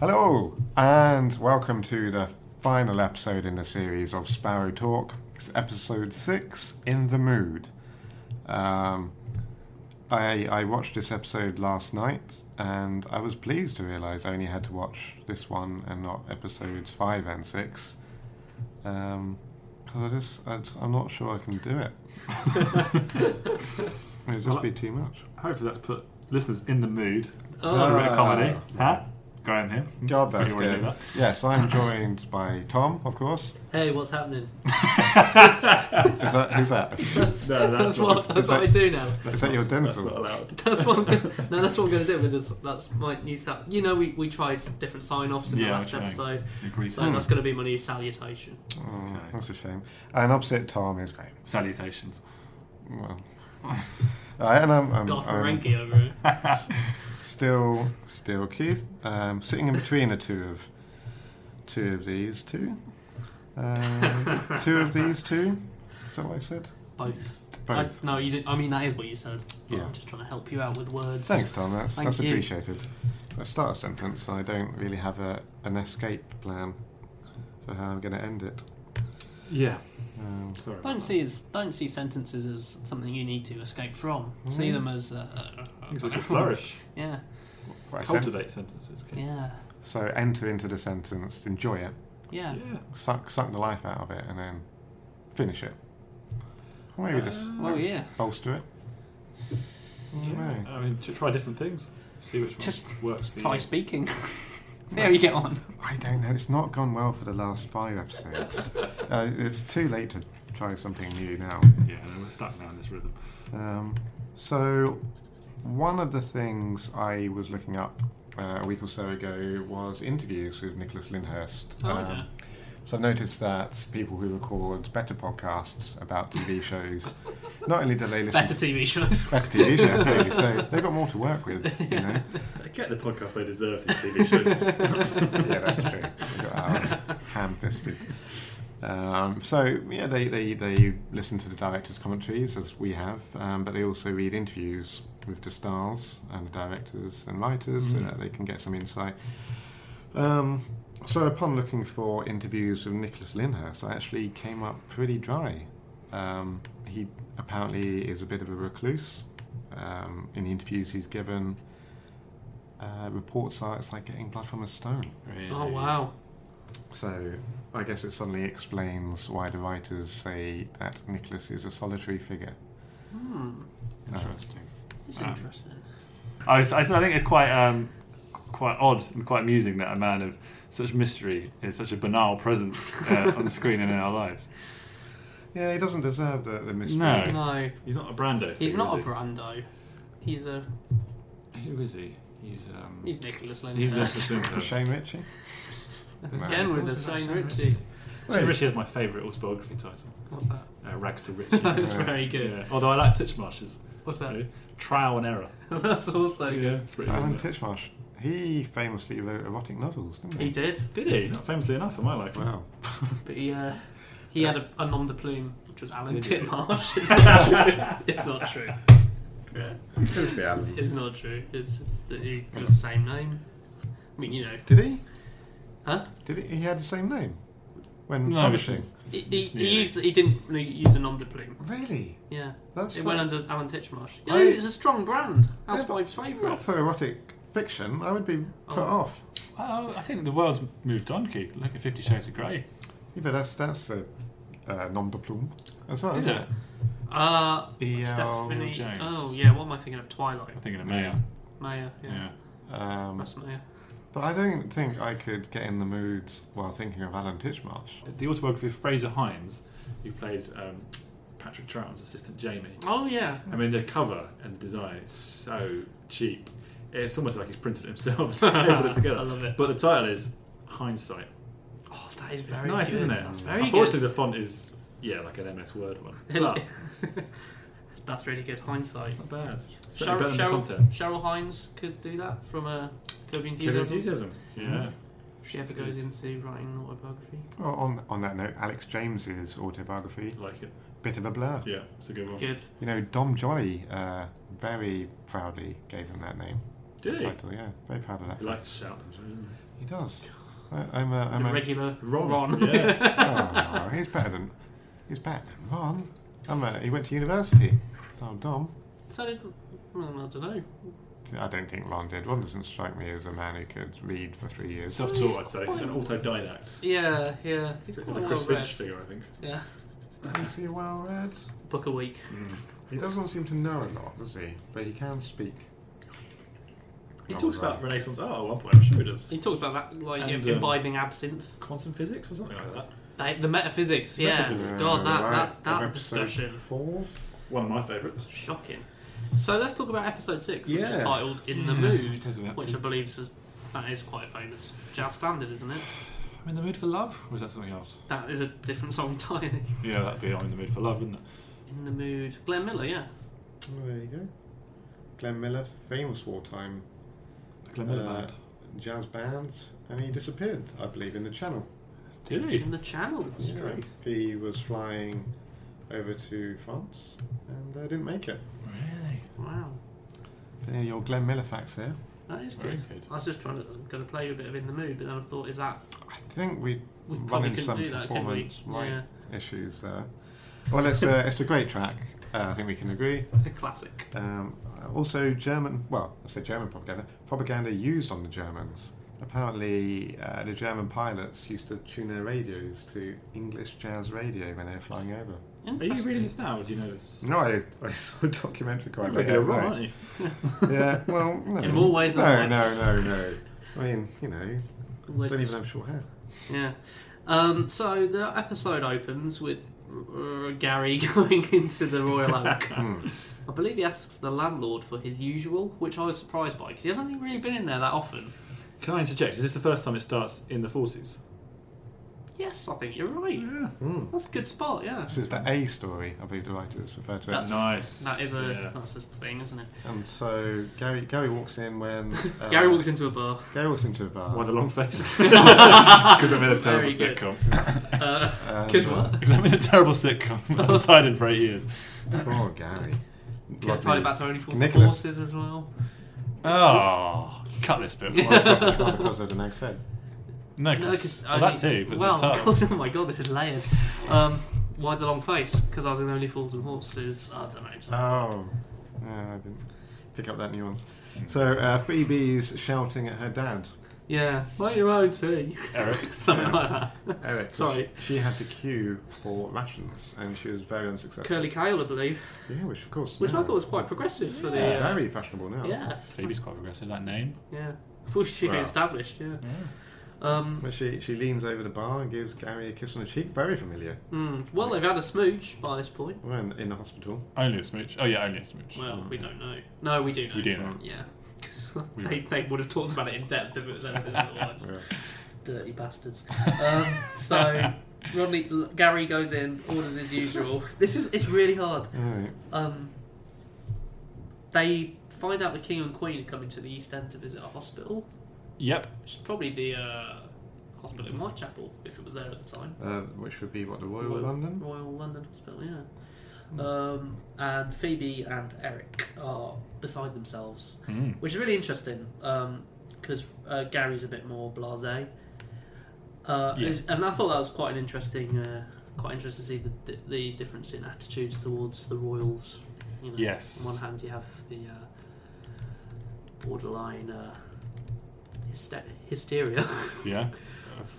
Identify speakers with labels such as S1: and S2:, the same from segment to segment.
S1: Hello, and welcome to the final episode in the series of Sparrow Talk. It's episode six, In the Mood. Um, I, I watched this episode last night, and I was pleased to realise I only had to watch this one and not episodes five and six. Because I just, I, I'm not sure I can do it. It'd just be too much.
S2: Hopefully that's put listeners in the mood.
S1: Oh.
S2: a
S1: Ah.
S2: bit of comedy. Huh? Graham here.
S1: God,
S2: Pretty
S1: that's
S2: well Hmm. you
S1: good.
S2: knew that.
S1: Yes, I'm joined by Tom, of course.
S3: Hey, what's happening?
S1: Is that, who's that?
S3: That's,
S2: No, that's
S3: that's,
S2: what-
S3: what,
S1: is
S3: that's what
S1: that-
S3: I do now.
S1: Is that your
S2: That's not
S1: dental?
S2: allowed.
S3: That's what I'm gonna, no, that's what I'm going to do. With this, that's my new sal- You know, we, we tried different sign offs in
S2: Yeah,
S3: the last
S2: okay.
S3: episode,
S2: Agree.
S3: so that's going to be my new salutation.
S1: Oh,
S2: Okay.
S1: that's a shame. And opposite Tom is Graham.
S2: Salutations.
S1: Well, uh, and I'm, I'm,
S3: Got off
S1: I'm
S3: Marenki over here.
S1: still still Keith, um, sitting in between the two of two of these two, um, two of these two. Is that what I said?
S3: Both.
S1: Both.
S3: I, no, you did. I mean, that is what you said. but
S1: Yeah.
S3: I'm just trying to help you out with words.
S1: Thanks, Tom. That's
S3: Thank
S1: that's
S3: you.
S1: appreciated. Let's start a sentence. I don't really have a, an escape plan for how I'm going to end it.
S2: Yeah.
S1: Um,
S2: Sorry. about
S3: Don't
S2: that.
S3: see as don't see sentences as something you need to escape from. See
S1: Mm.
S3: them as uh, uh,
S2: Things that could flourish.
S3: Yeah,
S1: what I said.
S2: Cultivate sentences. Keith.
S3: yeah,
S1: So enter into the sentence, enjoy it,
S3: yeah.
S2: Yeah.
S1: suck suck the life out of it, and then finish it. Or maybe just
S2: Uh,
S3: Well, Oh, yeah.
S1: bolster it.
S2: Yeah.
S1: Right.
S2: I mean, to try different things. See which one
S3: Just
S2: works for
S3: Try
S2: you.
S3: speaking. See how you get on.
S1: I don't know. It's not gone well for the last five episodes. uh, it's too late to try something new now.
S2: Yeah, no, we're stuck now in this rhythm.
S1: Um, so, one of the things I was looking up uh, a week or so ago was interviews with Nicholas Lyndhurst.
S3: Oh,
S1: Um,
S3: okay.
S1: So I've noticed that people who record better podcasts about TV shows, not only do they listen
S3: Better TV shows.
S1: Better TV shows too, so they've got more to work with, you know.
S2: Get the podcast they deserve, these TV shows.
S1: yeah, that's true. They've got our ham-fisted. Um, so yeah, they, they they listen to the directors' commentaries as we have, um, but they also read interviews with the stars and the directors and writers so
S2: Mm.
S1: that they can get some insight. Um, so upon looking for interviews with Nicholas Lyndhurst, I actually came up pretty dry. Um, he apparently is a bit of a recluse. Um, in the interviews he's given, uh, reports are it's like getting blood from a stone.
S2: Really.
S3: Oh wow.
S1: So I guess it suddenly explains why the writers say that Nicholas is a solitary figure.
S3: Hmm.
S2: Interesting.
S3: It's
S2: Um,
S3: interesting.
S2: I, was, I, was- I think it's quite um, quite odd and quite amusing that a man of such mystery is such a banal presence uh, on the screen and in our lives.
S1: Yeah, he doesn't deserve the, the mystery.
S2: No.
S3: No,
S2: He's not a Brando.
S3: he's not a Brando. He's a
S2: Who is he? He's um.
S3: he's Nicholas
S2: he's
S3: Lyndhurst.
S1: Shane Ritchie?
S3: Again
S1: No.
S3: with the Shane Ritchie.
S2: Shane Ritchie has my favourite autobiography title,
S3: What's that?
S2: uh, Rags to Riches.
S3: That was
S1: Yeah.
S3: very good.
S2: yeah. Although I like Titchmarsh's
S3: What's that?
S2: really. Trial and Error.
S3: That's also.
S2: it's pretty
S1: Alan
S2: good, isn't
S1: Titchmarsh. He famously wrote erotic novels, didn't he?
S3: He did,
S2: it? Did he? Not famously enough, am I like?
S1: Wow.
S3: but he uh, he had a, a nom de plume, which was Alan
S2: Did he?
S3: Titmarsh. It's not true. It's not true. It's not true. It's just that he got the same name. I mean, you know,
S1: Did he?
S3: Huh?
S1: Did he? He had the same name when
S2: No,
S1: publishing.
S3: he, he, he used he didn't use a nom de plume.
S1: Really?
S3: Yeah.
S1: That's
S3: It
S1: not,
S3: went under Alan Titchmarsh.
S1: I-
S3: Yeah, it's it's a strong brand.
S1: Yeah, but-
S3: Housewife's
S1: not
S3: favourite.
S1: for erotic fiction. I would be put
S3: Oh.
S1: off.
S2: Oh, I think the world's moved on, Keith. Look at Fifty Shades of Grey.
S1: Yeah, but that's that's a uh, nom de plume as well,
S2: Is
S1: isn't
S2: it?
S1: it?
S3: Uh,
S1: E.L.
S3: Stephanie.
S2: Jones.
S3: Oh, yeah, what am I thinking of? Twilight.
S2: I'm thinking of Mayor.
S3: Maya, yeah.
S2: Yeah.
S1: Um,
S3: That's Maya.
S1: but I don't think I could get in the mood while thinking of Alan Titchmarsh.
S2: The autobiography of Fraser Hines, who played um, Patrick Troughton's assistant Jamie.
S3: Oh, yeah.
S2: I mean, the cover and design is so cheap. It's almost like he's printed it himself, and stapled it
S3: I
S2: together.
S3: love it.
S2: But the title is Hindsight.
S3: Oh, that is
S2: It's
S3: very
S2: nice,
S3: good.
S2: isn't it?
S3: That's very
S2: Unfortunately, the font is yeah, like an MS Word one.
S3: good.
S2: But
S3: That's really good hindsight.
S2: it's not bad. It's
S3: Cheryl,
S2: certainly better than the
S3: Cheryl,
S2: content.
S3: Cheryl Hines could do that from a Kirby
S2: Killer
S3: Enthusiasm.
S2: enthusiasm. Yeah.
S3: If she ever goes into writing an autobiography.
S2: Oh.
S1: Well, on on that note, Alex James's autobiography,
S2: Like it.
S1: bit of a blur.
S2: Yeah, it's a good one.
S3: Mm-hmm. Good.
S1: You know, Dom Jolly uh, very proudly gave him that name.
S2: Did he?
S1: Title, yeah, very proud of that.
S2: He likes to shout. I'm sure, doesn't he?
S1: He does. I, I'm a,
S3: It's
S1: I'm
S3: a
S1: a,
S3: regular
S4: Ron,
S3: Ron.
S4: yeah.
S1: oh, he's better than he's better than Ron. I'm a, he went to university. Oh, Dom.
S3: so did, well, I don't know.
S1: I don't think Ron did. Ron doesn't strike me as a man who could read for three years.
S4: Self-taught, I'd say,
S3: quite-
S4: an autodidact.
S3: Yeah, yeah.
S4: It's
S3: He's
S4: a
S3: quite
S4: bit of a
S3: well
S4: Chris
S3: read.
S4: Finch figure, I think.
S3: uh, Yeah,
S1: Is he well read?
S3: book a week.
S2: Mm.
S1: He doesn't seem to know a lot, does he? But he can speak.
S4: He
S1: Oh,
S4: talks
S1: right.
S4: about Renaissance art at one point. I'm sure he does.
S3: He talks about that, like
S4: And, um,
S3: imbibing absinthe,
S4: Quantum physics or something like that.
S3: the, the metaphysics. Yeah,
S4: Metaphysics.
S3: God, that
S1: Right,
S3: that, that
S1: of episode
S3: discussion,
S1: four.
S4: One of my favourites.
S3: shocking. So let's talk about episode six, which
S1: Yeah.
S3: is titled "In the
S2: Yeah,
S3: Mood,"
S2: that's what we're up
S3: which
S2: to.
S3: I believe is that is quite a famous jazz standard, isn't it?
S2: I'm in the mood for love, or is that something else?
S3: That is a different song entirely.
S2: Yeah, that'd be I'm in the mood for love, wouldn't it?
S3: In the mood, Glenn Miller, yeah.
S1: Oh, there you go. Glenn Miller, famous wartime
S2: Like Glenn Miller
S1: Uh,
S2: band.
S1: jazz bands, and he disappeared, I believe, in the Channel.
S4: Did he?
S3: In the channel.
S1: Yeah. He was flying over to France and uh, didn't make it.
S2: Really?
S3: Wow,
S1: There, your Glenn Miller facts there.
S3: that is
S2: Very
S3: good.
S2: good.
S3: I was just trying to I'm going to play you a bit of "In the Mood," but then I thought, is that
S1: I think we
S3: we
S1: run
S3: probably
S1: into
S3: couldn't
S1: some
S3: do that, could we?
S1: performance right
S3: Yeah,
S1: issues there. Well, it's a, it's a great track. Uh, I think we can agree.
S3: a classic.
S1: Um, also, German, well, I say German propaganda, propaganda used on the Germans. Apparently, uh, the German pilots used to tune their radios to English jazz radio when they were flying over.
S4: Are you reading
S3: Interesting.
S4: this now? Or do you know this?
S1: No, I, I saw a documentary
S4: You're
S1: quite
S4: a
S1: late.
S4: regular
S1: at
S4: Ron,
S1: night.
S4: aren't you?
S1: Yeah, well, no.
S3: In more ways than
S1: no,
S3: one.
S1: No, no, no. I mean, you know,
S3: Let's-
S1: don't even have short hair.
S3: Yeah. Um, so the episode opens with uh, Gary going into the Royal Oak.
S1: Hmm.
S3: I believe he asks the landlord for his usual, which I was surprised by because he hasn't really been in there that often.
S4: Can I interject? Is this the first time it starts in the 40s?
S3: Yes, I think you're right.
S4: Yeah.
S1: Hmm.
S3: That's a good spot. Yeah.
S1: This is the A story, I believe the writer is referred to it.
S3: That's-
S2: Nice.
S3: That is a
S4: Yeah.
S3: that's a thing, isn't it?
S1: And so Gary Gary walks in when uh,
S3: Gary walks into a bar.
S1: Gary walks into a bar.
S4: Why the long face? Because I'm in a terrible
S3: Very good.
S4: sitcom.
S3: Uh,
S1: and,
S3: Kiss
S1: uh,
S3: what?
S2: Because I'm in a terrible sitcom. I'm tied in for eight years.
S1: Poor Gary.
S3: Got tied back to only four
S1: Nicholas.
S3: horses as well.
S2: Oh, cut this bit.
S1: Well, probably because of the next head.
S2: No,
S3: No, 'cause
S2: 'cause- well,
S3: only-
S2: that too, but
S3: well,
S2: the title.
S3: oh my god, this is layered. Um, why the long face? Because I was in Only Fools and Horses. I don't know.
S1: Oh, yeah, I didn't pick up that nuance. So uh, Phoebe's shouting at her dad.
S3: Yeah, make your own tea.
S2: Eric.
S3: Something like that.
S1: Eric,
S3: Sorry.
S1: She, she had to queue for rations, and she was very unsuccessful.
S3: Curly Kale, I believe,
S1: Yeah, which of course.
S3: which
S1: now-
S3: I thought was quite progressive for the.
S2: Yeah,
S3: Uh,
S1: very fashionable now.
S3: yeah,
S2: Phoebe's quite progressive, that name.
S3: yeah. Well, she
S1: Well.
S3: established, yeah. Um,
S1: Well, she she leans over the bar and gives Gary a kiss on the cheek. Very familiar.
S3: mm, well, they've had a smooch by this point.
S1: Well, in, in the hospital.
S2: Only a smooch. Oh, yeah, only a smooch.
S3: Well, we don't know. No, we do know.
S2: We do know.
S3: Yeah. 'Cause
S2: We
S3: they, they would have talked about it in depth if it was anything otherwise.
S1: Yeah.
S3: Dirty bastards. Um, so, Rodney, L- Gary goes in, orders as usual. This is it's really hard.
S1: Alright.
S3: Um, they find out the king and queen are coming to the East End to visit a hospital,
S2: Yep.
S3: which is probably the uh, hospital in Whitechapel, if it was there at the time.
S1: Uh, which would be what the Royal
S3: Royal-
S1: London.
S3: Royal London Hospital, yeah. Um, and Phoebe and Eric are beside themselves,
S2: Mm.
S3: which is really interesting because uh, Gary's a bit more blasé. Uh,
S2: Yeah.
S3: is- And I thought that was quite an interesting, uh, quite interesting to see the, the difference in attitudes towards the royals. You know,
S2: Yes.
S3: On one hand, you have the uh, borderline uh, hyste- hysteria
S2: Yeah.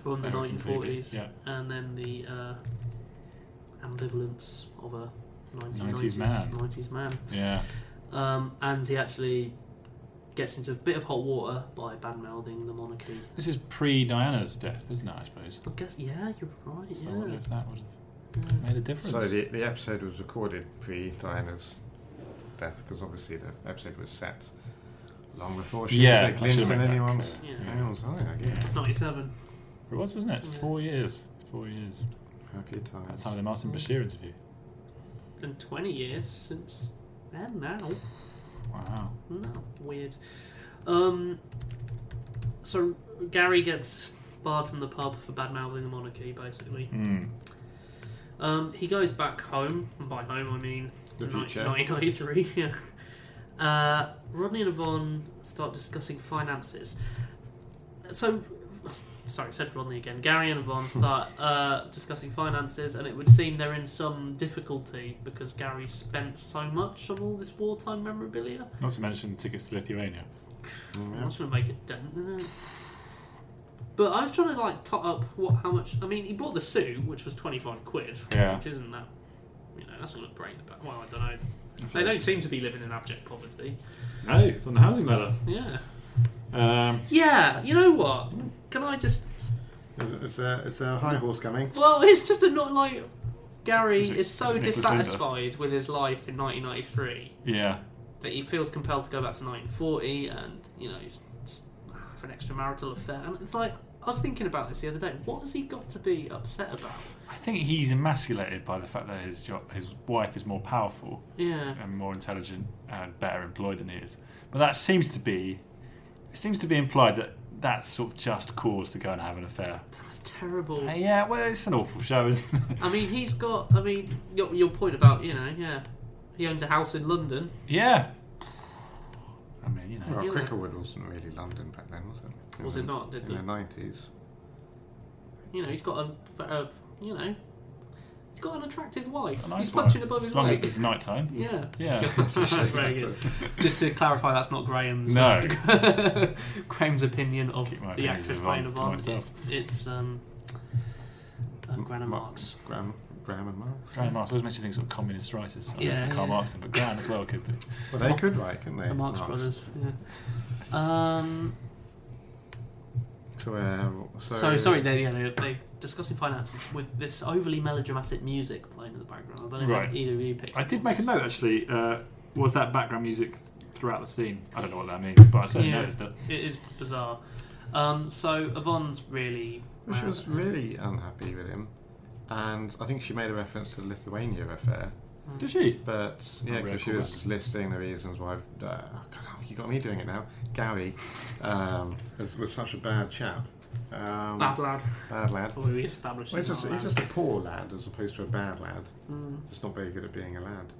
S3: from the
S2: Eric
S3: nineteen
S2: and Phoebe,
S3: forties,
S2: yeah.
S3: and then the uh, ambivalence of a
S2: 90s
S3: 1990s
S2: man.
S3: 90s man.
S2: Yeah.
S3: Um, and he actually gets into a bit of hot water by bad mouthing the monarchy.
S2: This is pre Diana's death, isn't it, I suppose?
S3: I guess, yeah, you're right.
S2: So I wonder
S3: Yeah.
S2: if that would have
S3: yeah.
S2: made a difference.
S1: So the, the episode was recorded pre Diana's death because obviously the episode was set long before she
S2: Yeah,
S1: was
S2: I
S1: a
S2: should've
S1: glimpse in
S2: made that
S1: anyone's,
S3: clear. Yeah.
S1: anyone's eye, I guess.
S3: Ninety-seven.
S2: It was, isn't it?
S3: Yeah.
S2: Four years. Four years.
S1: Happy
S2: That's
S1: times.
S2: how the Martin Bashir interview.
S3: And twenty years since then. Now,
S2: Wow.
S3: no, weird. Um, so Gary gets barred from the pub for bad mouthing the monarchy, basically.
S2: Mm.
S3: Um, he goes back home, and by home I mean
S1: The
S3: ni-
S1: future.
S3: 1993. Yeah. Uh, Rodney and Yvonne start discussing finances. So sorry, said Rodney again. Gary and Yvonne start uh, discussing finances, and it would seem they're in some difficulty because Gary spent so much on all this wartime memorabilia.
S2: Not to mention tickets to Lithuania.
S1: Mm,
S3: That's going to make a dent in it. But I was trying to like tot up what how much. I mean, he bought the suit, which was twenty five quid,
S2: Yeah.
S3: which isn't that. You know, that's not a break the bank. Well, I don't know. They don't seem to be living in abject poverty.
S4: No, it's on the housing ladder.
S3: Yeah.
S4: Um,
S3: Yeah. You know what? Can I just?
S1: Is, is, there, is there a high horse coming?
S3: Well, it's just a not like Gary
S2: Is
S3: is,
S2: it- is
S3: so
S2: it Nicholas
S3: dissatisfied with his life in 1993
S2: Yeah.
S3: that he feels compelled to go back to 1940 and you know s- have an extramarital affair. And it's like I was thinking about this the other day. What has he got to be upset about?
S2: I think he's emasculated by the fact that his job, his wife is more powerful
S3: Yeah.
S2: and more intelligent and better employed than he is. But that seems to be, it seems to be implied that that's sort of just cause to go and have an affair.
S3: That's terrible.
S2: Uh, yeah, well, it's an awful show, isn't it?
S3: I mean, he's got. I mean, your, your point about you know, yeah, he owns a house in London.
S2: yeah. I mean, you know.
S1: Well,
S3: Yeah.
S1: Cricklewood wasn't really London back then, was it?
S3: Was
S1: In
S2: Mm-hmm.
S1: the-
S3: it not? Did
S1: In the
S3: the,
S1: nineties.
S3: you know, he's got a, a you know, he's got an attractive wife.
S2: a nice
S3: he's punching
S2: wife,
S3: above
S2: as
S3: his
S2: long
S3: leg.
S2: as it's night time.
S3: Yeah.
S2: Yeah.
S3: Very good. Just to clarify, that's not Graham's. uh,
S2: No.
S3: Graham's opinion of
S2: Keep my
S3: the
S2: opinions
S3: actress
S2: of Yvonne
S3: playing
S2: to
S3: Yvonne.
S2: myself.
S3: It's um, uh, Granny
S1: Ma-
S3: Marks.
S1: Graham, Graham and Marx.
S2: Grand Marx always makes you think sort of communist writers. I guess
S3: Yeah,
S2: Karl
S3: yeah.
S2: Marx thing, but Grand as well could be.
S1: Well, they could write, couldn't they?
S3: The Marx brothers. Yeah. Um.
S1: So, um, so,
S3: So, sorry, they, yeah, they, they discussing finances with this overly melodramatic music playing in the background. I don't know
S2: Right.
S3: if either of you picked.
S2: I
S3: up
S2: did
S3: on
S2: make a
S3: this.
S2: note actually. Uh, was that background music throughout the scene? I don't know what that means, but I certainly
S3: Yeah.
S2: noticed it.
S3: It is bizarre. Um, so Yvonne's really.
S1: She
S3: mad
S1: was
S3: at him.
S1: really unhappy with him, and I think she made a reference to the Lithuania affair.
S3: Mm.
S2: Did she?
S1: But yeah,
S2: really
S1: because she
S2: cool
S1: was
S2: back.
S1: just listing the reasons why. Uh, oh God, you got me doing it now. Gary um, was, was such a bad chap. Um,
S3: Bad lad.
S1: bad lad.
S3: Probably we established.
S1: Well, he's,
S3: he's
S1: just,
S3: Ah. not
S1: he's
S3: a
S1: just a poor lad as opposed to a bad lad.
S3: lad. Mm.
S1: Just not very good at being a lad.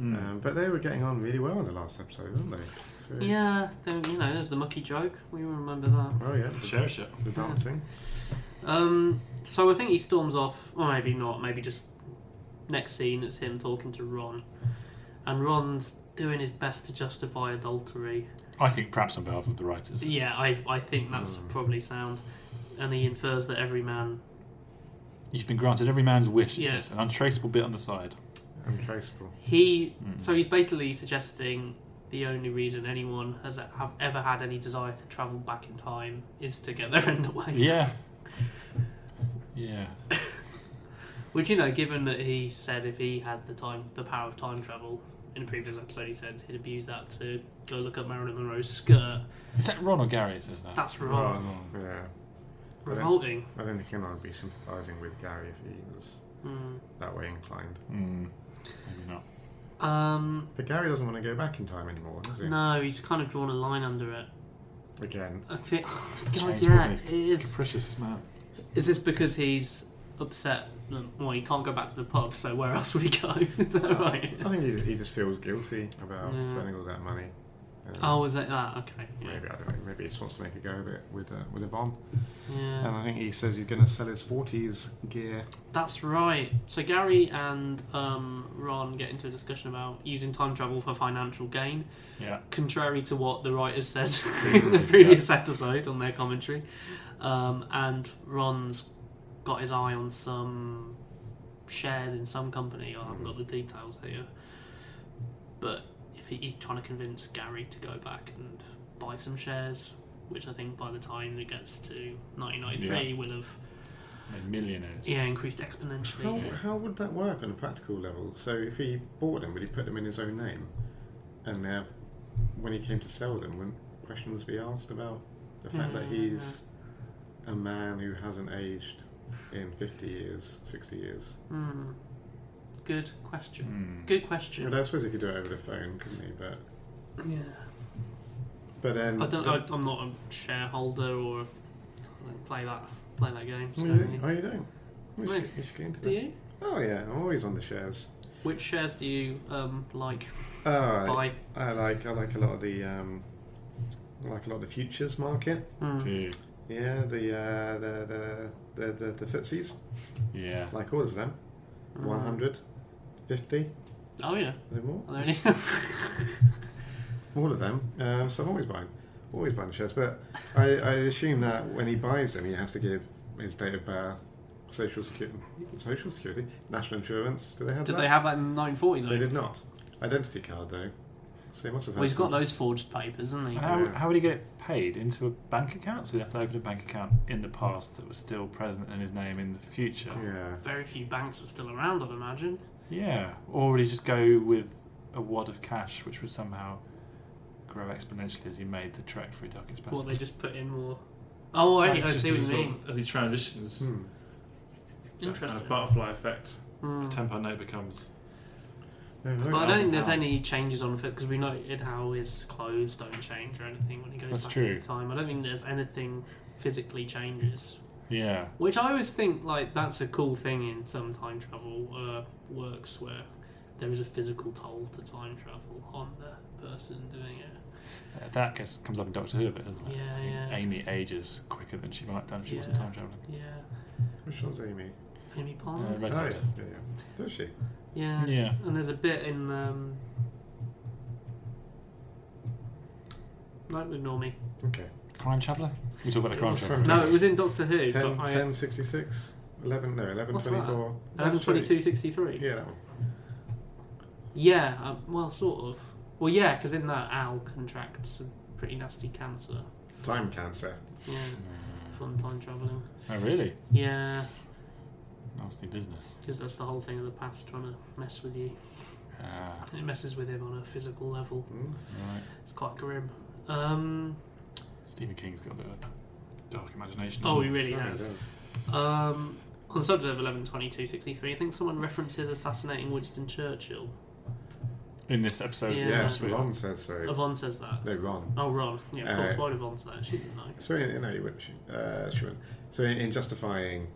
S2: Mm.
S1: Um, but they were getting on really well in the last episode, weren't they? So,
S3: Yeah, then, you know, there's the mucky joke. We all remember that.
S1: Oh yeah, the,
S4: Cherish it.
S1: the dancing.
S3: Um, so I think he storms off, or maybe not. Maybe just next scene, it's him talking to Ron, and Ron's doing his best to justify adultery.
S2: I think perhaps on behalf of the writers.
S3: Yeah, I, I think that's
S1: Mm.
S3: probably sound. And he infers that every man.
S2: You've been granted every man's wish. It
S3: Yeah.
S2: says, an untraceable bit on the side.
S1: Untraceable.
S3: He.
S2: Mm.
S3: So he's basically suggesting the only reason anyone has have ever had any desire to travel back in time is to get their end away.
S2: Yeah. Yeah.
S3: Which you know, given that he said if he had the time, the power of time travel in a previous episode, he said he'd abuse that to go look up Marilyn Monroe's skirt.
S2: Is that Ron or Gary? It says that.
S3: That's wrong.
S2: Ron.
S1: Yeah,
S3: Revolting.
S1: I don't think anyone would be sympathising with Gary if he was
S3: Mm.
S1: that way inclined.
S2: Mm. Maybe not.
S3: Um,
S1: But Gary doesn't want to go back in time anymore, does he?
S3: no, he's kind of drawn a line under it.
S1: Again.
S3: I think. God,
S2: Changed,
S3: yeah, it
S2: hasn't
S3: is.
S2: Capricious man.
S3: Is this because he's upset? that- Well, he can't go back to the pub, so where else would he go? Is that right?
S1: I think he, he just feels guilty about
S3: Yeah.
S1: spending all that money. Um,
S3: Oh, is it that? Okay. Yeah.
S1: Maybe I don't know. Maybe he just wants to make a go of it with uh, with Yvonne.
S3: yeah.
S1: And I think he says he's going to sell his forties gear.
S3: That's right. So Gary and um, Ron get into a discussion about using time travel for financial gain,
S2: Yeah.
S3: contrary to what the writers said in the previous episode on their commentary. Um, and Ron's got his eye on some shares in some company. I haven't got the details here, but if he, he's trying to convince Gary to go back and buy some shares, which I think by the time it gets to 1993 will have
S2: Made millionaires.
S3: yeah increased exponentially.
S1: How, how would that work on a practical level? So if he bought them, would he put them in his own name? And now, when he came to sell them, wouldn't questions be asked about the fact that
S3: Mm-hmm.
S1: he's a man who hasn't aged in 50 years, 60 years?
S3: Hmm. Good question.
S2: Mm.
S3: Good
S1: Well,
S3: question.
S1: I suppose he could do it over the phone, couldn't he? But
S3: Yeah.
S1: but then
S3: I don't.
S1: the-
S3: I, I'm not a shareholder or I don't play that play that game. So
S1: Oh, you don't? Oh, you don't? We
S3: Really?
S1: should, we should get into
S3: Do
S1: that.
S3: you?
S1: Oh yeah, I'm always on the shares.
S3: Which shares do you um, like?
S1: Oh, I,
S3: Buy.
S1: I like I like a lot of the um, I like a lot of the futures market.
S3: Hmm.
S2: Dude.
S1: Yeah, the uh, the the the the, the footsies,
S2: Yeah.
S1: like all of them,
S3: Mm.
S1: 100, 50,
S3: Oh yeah.
S1: are there more?
S3: Are there any?
S1: All of them. Um, so I'm always buying, always buying shares. But I, I assume that when he buys them, he has to give his date of birth, social security, social security, national insurance. Do they have
S3: Did
S1: that?
S3: they have that in 1940 though?
S1: They did not. Identity card though. So he must have.
S3: Well, he's
S1: had
S3: got
S1: some-
S3: those forged papers, hasn't he?
S2: And how,
S1: Yeah.
S2: how would he get it paid into a bank account? So he'd have to open a bank account in the past that was still present in his name in the future.
S1: Yeah.
S3: Very few banks are still around, I'd imagine.
S2: Yeah, or would he just go with a wad of cash, which would somehow grow exponentially as he made the trek through darkest passages?
S3: What they just put in more. Oh, alright, I
S4: Just
S3: see what
S4: as
S3: you
S4: sort
S3: mean.
S4: of- As he transitions,
S1: Hmm.
S4: that kind
S3: Interesting.
S4: of butterfly effect.
S3: Hmm.
S4: A ten pound note becomes.
S1: No,
S3: But
S1: very
S3: I don't think there's
S4: £1,000.
S3: any changes on fit because we noted how his clothes don't change or anything when he goes
S2: That's
S3: back
S2: true.
S3: in time. I don't think there's anything physically changes,
S2: Yeah,
S3: which I always think like that's a cool thing in some time travel uh, works where there is a physical toll to time travel on the person doing it.
S2: Uh, that gets, comes up in Doctor Who a bit, doesn't it?
S3: Yeah,
S2: I think
S3: yeah.
S2: Amy ages quicker than she might have done if she wasn't
S3: Yeah.
S2: time traveling.
S3: Yeah,
S1: Which one's Amy?
S3: Amy Pond.
S2: Uh, Red
S1: Oh yeah,
S2: Hood.
S1: yeah, yeah. Does she?
S3: Yeah.
S2: Yeah.
S3: And there's a bit in. Um... Don't ignore me.
S1: Okay.
S2: Crime Traveller? We talk about the Crime
S1: was-
S2: Traveller.
S3: No, it was in Doctor Who.
S1: 10,
S3: but I,
S1: 1066, 11, no, 11,
S3: What's that?
S1: 24.
S3: Eleven twenty-two sixty-three.
S1: Yeah, that one.
S3: Yeah, um, well, sort of. Well, yeah, because in that Al contracts a pretty nasty cancer.
S1: Time cancer.
S3: Yeah, from time traveling.
S2: Oh, really?
S3: Yeah,
S2: Nasty business.
S3: because that's the whole thing of the past trying to mess with you.
S2: Ah,
S3: It messes with him on a physical level.
S1: Hmm.
S2: right.
S3: It's quite grim. Um,
S2: Stephen King's got a bit of a dark imagination.
S3: Oh,
S2: doesn't
S3: he really
S1: Oh, it
S3: has.
S1: does.
S3: um, on the subject of eleven twenty-two sixty-three, I think someone references assassinating Winston Churchill.
S2: In this episode,
S3: Yeah.
S1: Yes,
S2: we
S1: Ron says so.
S3: Yvonne says that.
S1: No, Ron.
S3: Oh, Ron. Yeah, of course.
S1: Uh,
S3: Why did Yvonne say that? She didn't know.
S1: So, in, no, you wouldn't. she- Uh, she wouldn't. So, in, in justifying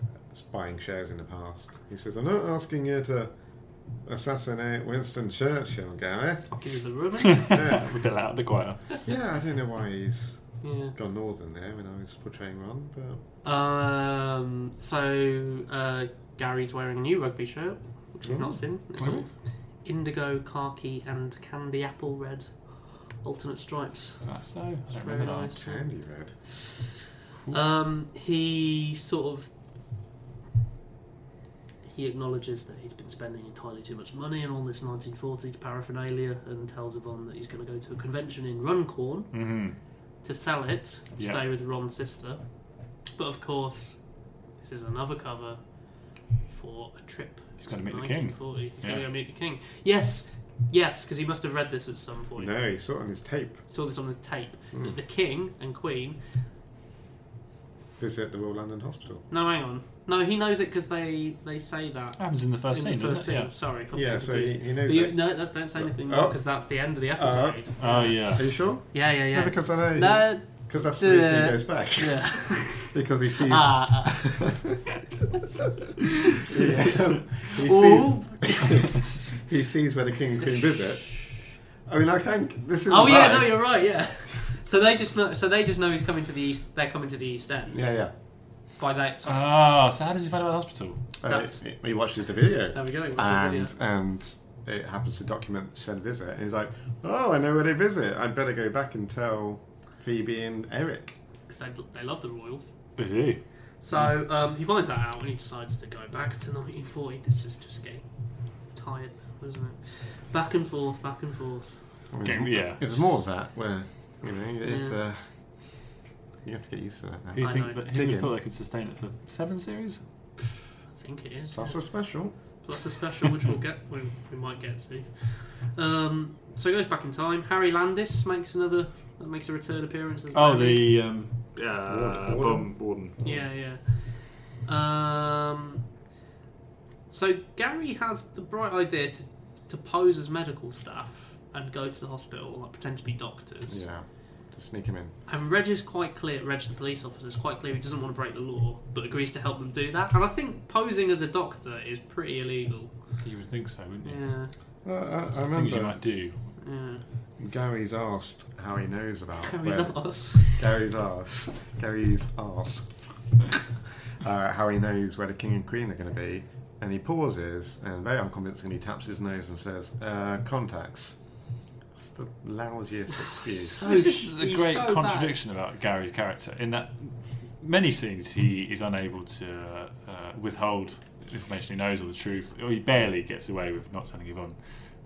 S1: uh, buying shares in the past, he says, I'm not asking you to assassinate Winston Churchill, Gareth.
S3: Fuck you with the ribbon.
S1: Yeah.
S2: a bit loud, a bit quieter.
S1: yeah, I don't know why he's
S3: yeah.
S1: gone northern there when I was portraying Ron, but
S3: Um, so uh, Gary's wearing a new rugby shirt, which we've
S1: Ooh.
S3: not seen. It's
S1: Ooh.
S3: all indigo, khaki, and candy apple red alternate stripes.
S2: Is that so? I don't
S3: Very
S2: remember that.
S3: nice.
S1: candy red.
S3: Um, he sort of he acknowledges that he's been spending entirely too much money on all this 1940s paraphernalia, and tells Yvonne that he's going to go to a convention in Runcorn
S2: Mm-hmm.
S3: to sell it,
S2: Yeah.
S3: stay with Ron's sister. But of course, this is another cover for a trip.
S2: He's gonna meet the king.
S3: 1940. He's going
S2: Yeah.
S3: to go meet the king. Yes, yes, because he must have read this at some point.
S1: No, he saw it on his tape.
S3: Saw this on the tape.
S2: Hmm.
S1: Mm.
S3: That the king and queen.
S1: Visit the Royal London Hospital.
S3: No, hang on. No, he knows it because they they say that.
S2: Happens in the first
S3: in
S2: scene,
S3: the first
S2: doesn't
S3: scene.
S2: it?
S3: Sorry. completely
S1: Yeah, so he,
S3: confused.
S1: he knows
S3: But you-
S1: it.
S3: no, no, don't say anything
S1: Oh.
S3: more because that's the end of the episode.
S2: Oh yeah.
S1: Are you sure?
S3: yeah, yeah,
S1: No,
S3: yeah.
S1: because I know.
S3: No,
S1: Because that's the reason
S3: Uh,
S1: he goes back.
S3: yeah.
S1: because he sees.
S3: Ah,
S1: he, um, he
S3: Ooh.
S1: sees. he sees where the king and queen visit. I mean, I can't. This is.
S3: Oh yeah,
S1: live.
S3: no, you're right. Yeah. So they just know. So they just know he's coming to the east. They're coming to the east end.
S1: Yeah, yeah.
S3: By that. So
S2: Ah, so how does he find out about the hospital?
S1: Uh,
S3: That's-
S1: he- he watches the video,
S3: there we go. we've got the
S1: and
S3: video.
S1: and it happens to document said visit. And he's like, "Oh, I know where they visit. I'd better go back and tell Phoebe and Eric."
S3: 'Cause they, they love the royals.
S2: They do.
S3: So um, he finds that out and he decides to go back to 1940. This is just getting tired, now, isn't it? Back and forth, back and forth.
S1: I mean,
S2: Game-
S1: it's-
S2: yeah.
S1: It's more of that where you know if
S3: Yeah.
S1: the you have to get used to that.
S2: Who
S1: Now.
S3: I
S2: think
S3: know.
S2: that who
S1: Digging.
S2: thought they could sustain it for seven series?
S3: I think it is.
S1: That's a special.
S3: Plus a special which we'll get, we, we might get to. Um, so he goes back in time. Harry Landis makes another, makes a return appearance as
S4: Oh,
S3: Barney.
S4: the um, uh,
S1: Warden.
S4: bomb warden.
S3: Yeah, yeah. Um, so Gary has the bright idea to, to pose as medical staff and go to the hospital, like pretend to be doctors.
S1: Yeah, to sneak him in.
S3: And Reg is quite clear, Reg the police officer is quite clear he doesn't want to break the law, but agrees to help them do that. And I think posing as a doctor is pretty illegal.
S2: You would think so, wouldn't you?
S3: Yeah,
S1: Uh, I, I
S2: Things you
S1: remember
S2: might do.
S3: yeah.
S1: Gary's asked how he knows about
S3: Carries
S1: where-
S3: us.
S1: Gary's asked. Gary's asked uh, how he knows where the king and queen are going to be, and he pauses and very unconvincingly taps his nose and says, uh, "Contacts." It's the lousiest excuse.
S3: So-
S2: This is the
S5: He's
S2: great
S5: so bad.
S2: contradiction about Gary's character in that many scenes he is unable to uh, withhold information he knows or the truth, or he barely gets away with not telling Yvonne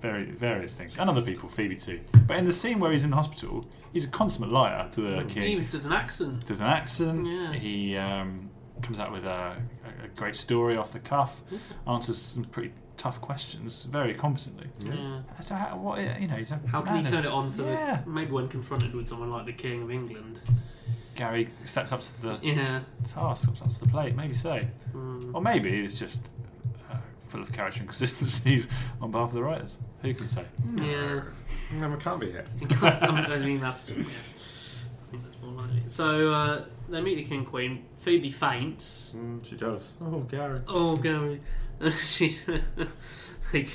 S2: very, various things, and other people, Phoebe too. But in the scene where he's in hospital, he's a consummate liar to the
S3: He
S2: king.
S3: does an accent.
S2: There's an accent,
S3: Yeah.
S2: he um, comes out with a, a great story off the cuff,
S3: Mm-hmm.
S2: answers some pretty tough questions very competently.
S3: Yeah.
S2: So how, what, you know, he's a
S3: How can
S2: man
S3: he
S2: of-
S3: turn it on for
S2: yeah.
S3: the, maybe when confronted with someone like the King of England?
S2: Gary steps up to the
S3: Yeah.
S2: task comes up to the plate. Maybe so,
S3: Mm.
S2: or maybe it's just uh, full of character inconsistencies on behalf of the writers. Who can say?
S3: Oh, Yeah.
S1: No, it can't be it.
S3: I mean, that's. Yeah. I think that's more likely. So uh, they meet the king queen. Phoebe faints.
S1: Mm.
S4: She does. Oh, Gary.
S3: Oh, Gary. she. like,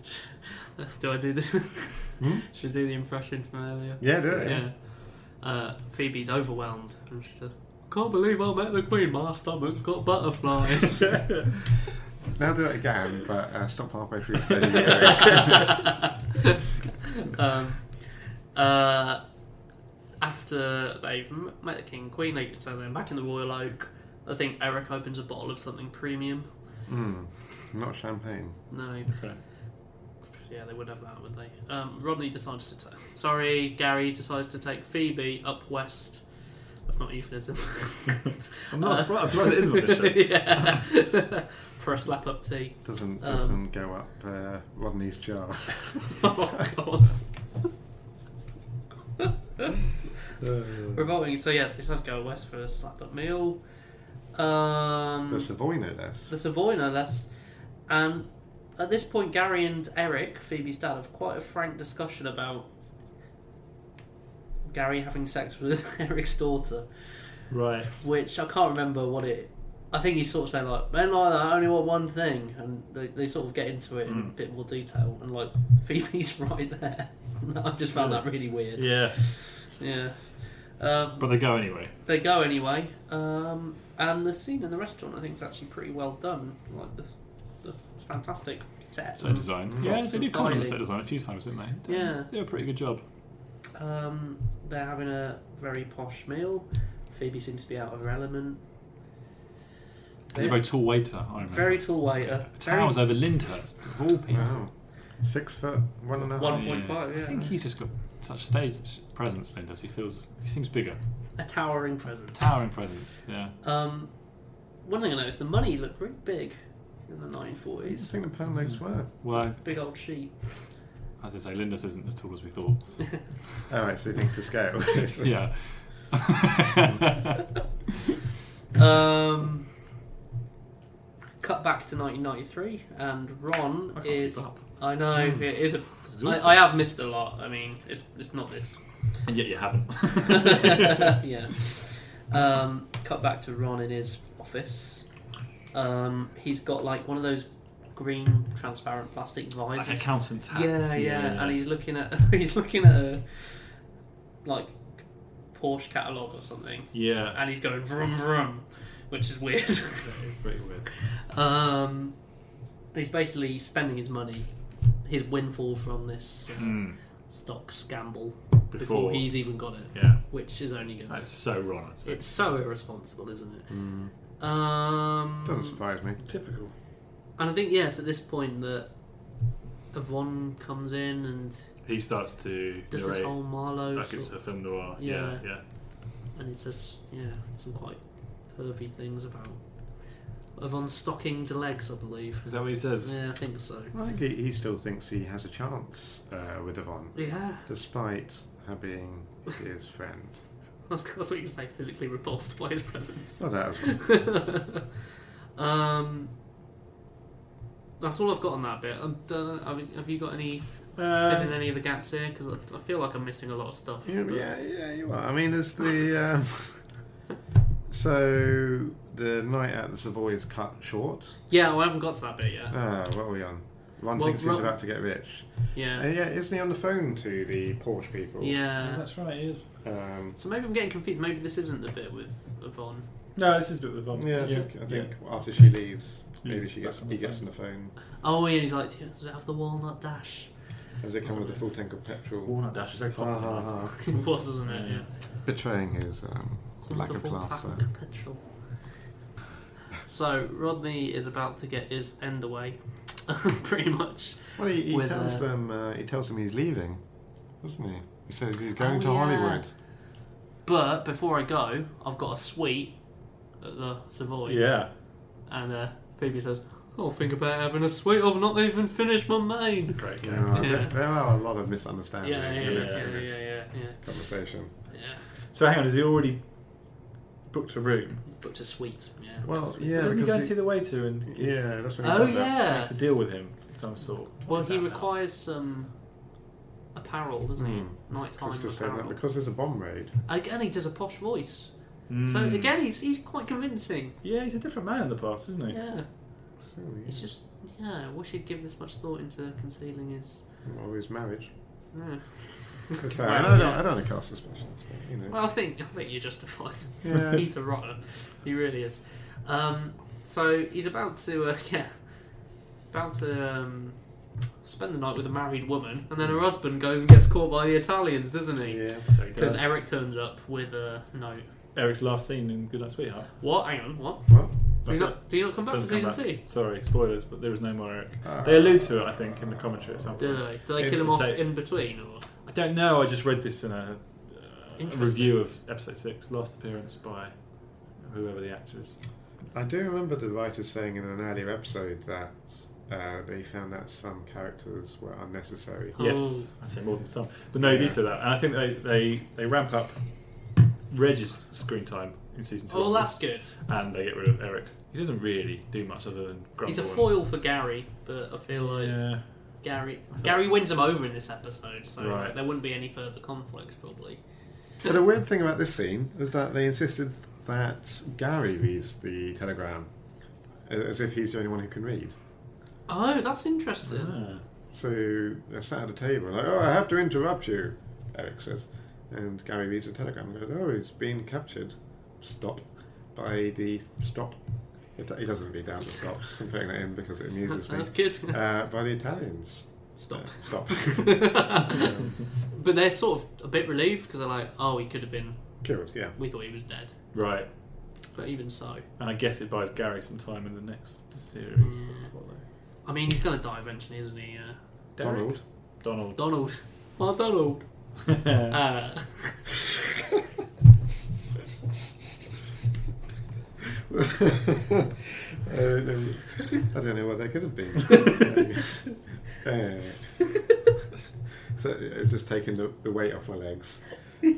S3: do I do this? Should I do the impression from earlier?
S1: Yeah, do it.
S3: Yeah. Uh, Phoebe's overwhelmed and she says, Can't believe I met the Queen. My stomach's got butterflies.
S1: Now do it again, but uh, stop halfway through saying Gary.
S3: um, uh, after they've m- met the king and queen, they, so they're back in the Royal Oak. I think Eric opens a bottle of something premium.
S1: Mm. Not champagne.
S3: No,
S2: Okay.
S3: yeah, they would have that, would they? Um, Rodney decides to. T- Sorry, Gary decides to take Phoebe up west. That's not euphemism. Uh,
S4: I'm not surprised. I'm surprised it isn't on this show.
S3: yeah. For a slap up tea.
S1: Doesn't
S3: Um. Mm.
S1: doesn't go up uh, Rodney's jar.
S3: oh god. Revolving. So yeah, this has to go west for a slap up meal. Um,
S1: the Savoy no less.
S3: the Savoy, no less. And at this point, Gary and Eric, Phoebe's dad, have quite a frank discussion about Gary having sex with Eric's daughter,
S4: Right.
S3: which I can't remember what it. I think he's sort of saying like, "Men like that only want one thing," and they, they sort of get into it in a bit more detail. And like, Phoebe's right there. I just found that really weird.
S4: Yeah.
S3: Yeah. Um,
S2: But they go anyway.
S3: they go anyway. Um, and the scene in the restaurant, I think, is actually pretty well done. Like the, the fantastic set.
S4: Mm.
S2: Set design. Yeah, they
S3: Some
S2: did comment on the
S3: styling.
S2: set design a few times, didn't they?
S3: Yeah.
S2: They did a pretty good job.
S3: Um, they're having a very posh meal. Phoebe seems to be out of her element.
S2: He's a very tall waiter. I remember.
S3: Very tall waiter.
S2: Towers over Lyndhurst. Of all people.
S1: Wow. Six foot one and a half.
S3: One point five,
S2: I
S3: yeah.
S2: think he's just got such stage presence, Lyndhurst. He feels he seems bigger,
S3: a towering presence.
S2: towering presence. Yeah.
S3: Um, one thing I noticed, the money looked really big in the
S1: What do you
S3: 1940s.
S1: think the pound notes were?
S2: Well,
S3: Big old sheet.
S2: as I say, Lyndhurst isn't as tall as we thought.
S1: Oh, right, so you think to scale.
S2: yeah.
S3: Um, cut back to 1993, and Ron
S4: I can't
S3: is.
S4: keep up.
S3: I know it is. A,
S4: Hmm. Exhausting.
S3: I, I have missed a lot. I mean, it's it's not this.
S4: And yet you haven't.
S3: yeah. Um, cut back to Ron in his office. Um, he's got like one of those green transparent plastic
S4: Like
S3: visors.
S4: accountant's hats.
S3: yeah, yeah, and he's looking at he's looking at a like Porsche catalog or something,
S4: Yeah.
S3: and he's going vroom vroom, which is weird.
S4: That is pretty weird.
S3: Um, he's basically spending his money, his windfall from this uh,
S4: Hmm.
S2: Mm.
S3: stock scamble
S4: Before.
S3: before he's even got it,
S4: Yeah.
S3: which is only going. to
S4: That's so wrong. It's
S3: It's so irresponsible, isn't it? Um,
S1: Mm. Doesn't surprise me.
S4: typical.
S3: and I think yes, at this point that Yvonne comes in and
S4: He starts to
S3: does this
S4: narrate
S3: whole Marlowe,
S4: like it's
S3: sort-
S4: a film noir.
S3: Yeah.
S4: Yeah, yeah.
S3: and it says yeah some quite pervy things about Yvonne's stockinged legs, I believe.
S4: Is that what he says?
S3: Yeah, I think so.
S1: I think he, he still thinks he has a chance uh, with Yvonne,
S3: Yeah,
S1: despite her being his friend.
S3: I was- I thought you were say physically repulsed by his presence.
S1: Well, that was
S3: um, that's all I've got on that bit. I'm done. I mean, have you got any filling
S4: Um,
S3: any of the gaps here? Because I, I feel like I'm missing a lot of stuff.
S1: You-
S3: but-
S1: yeah, yeah, you are. I mean, it's the. Um, so, the night at the Savoy is cut short.
S3: yeah. Well, I haven't got to that bit yet.
S1: Uh, what are we on? Ron
S3: Well,
S1: thinks he's
S3: Ron-
S1: about to get rich. Uh,
S3: Yeah.
S1: yeah, isn't he on the phone to the Porsche people?
S3: Yeah.
S2: that's right. It is.
S1: Um,
S3: So maybe I'm getting confused. Maybe this isn't the bit with Yvonne.
S2: No, this is a bit of a bummer.
S1: yeah, I think, I think after she leaves, maybe
S2: He's
S1: she gets
S2: back on the
S1: he gets on
S2: phone.
S1: the phone.
S3: Oh, yeah, he's like, does it have the walnut dash?
S1: Has it come with a full tank of petrol?
S2: Walnut Dash is very
S1: Ha,
S2: popular.
S1: ha,
S2: isn't it?
S1: ha.
S3: it was, wasn't it? Yeah.
S1: Betraying his um, lack of
S3: Wonderful
S1: class. uh.
S3: tank
S1: there.
S3: petrol. So Rodney is about to get his end away, pretty much.
S1: Well, he, he
S3: With,
S1: tells
S3: uh,
S1: them uh, he tells them he's leaving, doesn't he? He says he's going
S3: Oh,
S1: to
S3: yeah.
S1: Hollywood.
S3: But before I go, I've got a suite at the Savoy.
S2: Yeah.
S3: And uh, Phoebe says, "Oh, think about having a suite. I've not even finished my main."
S2: Great game.
S1: Yeah, There,
S3: Yeah.
S1: there are a lot of
S3: Yeah,
S1: misunderstandings
S3: yeah, yeah,
S1: in
S3: yeah,
S1: this, in
S3: yeah,
S1: this
S3: yeah, yeah,
S1: conversation.
S3: yeah.
S2: So hang on, has he already booked a room?
S3: Booked a suite. Yeah.
S1: Well, Oh, yeah,
S2: But doesn't he
S1: because
S2: go and
S1: he-
S2: see the waiter and
S1: yeah, that's what he
S3: Oh
S1: does that.
S3: yeah.
S2: makes a deal with him of some sort?
S3: Well, he
S2: Is that
S3: requires some apparel, doesn't he?
S1: Hmm.
S3: Nighttime
S1: Just to say that
S3: apparel.
S1: because there's a bomb raid.
S3: Again, he does a posh voice.
S2: now? Mm.
S3: So
S1: Hmm.
S3: again, he's he's quite convincing.
S2: yeah, he's a different man in the past, isn't he?
S3: Yeah.
S1: So
S3: It's just, yeah, I wish he'd give this much thought into concealing his.
S1: Or his marriage.
S3: Yeah.
S1: So, I, don't, I don't want to cast suspicions, but, you know.
S3: Well, I think I think you're justified.
S1: Yeah.
S3: he's a rotter. He really is. Um, so he's about to, uh, yeah, about to um, spend the night with a married woman, and then her husband goes and gets caught by the Italians, doesn't he?
S1: yeah.
S2: So Mm. he
S3: Because
S2: does.
S3: Eric turns up with a note.
S2: Eric's last scene in Good Night Sweetheart.
S3: What? Hang on. What?
S1: Well,
S3: Do you
S2: That's
S3: not, do you not come back for
S2: Doesn't
S3: season
S2: come
S3: two?
S2: Sorry, spoilers, but there is no more Eric.
S1: uh,
S2: They allude to it, I think, in the commentary at some
S3: Do
S2: point.
S3: they? Do they
S2: In-
S3: kill him off
S2: so-
S3: in between, or
S2: I don't know. I just read this in a, uh, a
S3: Interesting.
S2: review of episode six, last appearance by whoever the actor is.
S1: I do remember the writer saying in an earlier episode that uh, they found that some characters were unnecessary.
S3: Oh.
S2: Yes, I say more than some, but no, these are that, and I think they they, they ramp up Reg's screen time in season two.
S3: Oh,
S2: on
S3: that's
S2: this,
S3: good.
S2: and they get rid of Eric. He doesn't really do much other than grumble.
S3: He's a
S2: and- Oh,
S3: foil for Gary, but I feel like
S2: Yeah,
S3: Gary Gary wins him over in this episode, so
S2: Right.
S3: there wouldn't be any further conflicts probably.
S1: But the weird thing about this scene is that they insisted that Gary reads the telegram a- as if he's the only one who can read.
S3: Oh, that's interesting.
S2: Ah.
S1: So they're sat at a table, like, oh, I have to interrupt you, Eric says. And Gary reads the telegram and goes, oh, he's been captured. Stop. By the stop. It, he doesn't read out the stops. I'm putting that in because it amuses me.
S3: that's good.
S1: Uh, by the Italians.
S3: Stop.
S1: Uh, stop.
S2: Ah.
S3: but they're sort of a bit relieved because they're like, oh, he could have been.
S1: Killed, yeah.
S3: We thought he was dead,
S2: right.
S3: but even so,
S2: And I guess it buys Gary some time in the next series.
S3: Mm.
S2: that follow.
S3: I mean, he's gonna die eventually, isn't he? Uh,
S2: Derek?
S1: Donald.
S2: Donald.
S3: Donald, my Donald. Uh,
S1: I don't know- Uh, I don't know what they could have been. Uh, so I've just taken the, the weight off my legs. Oh,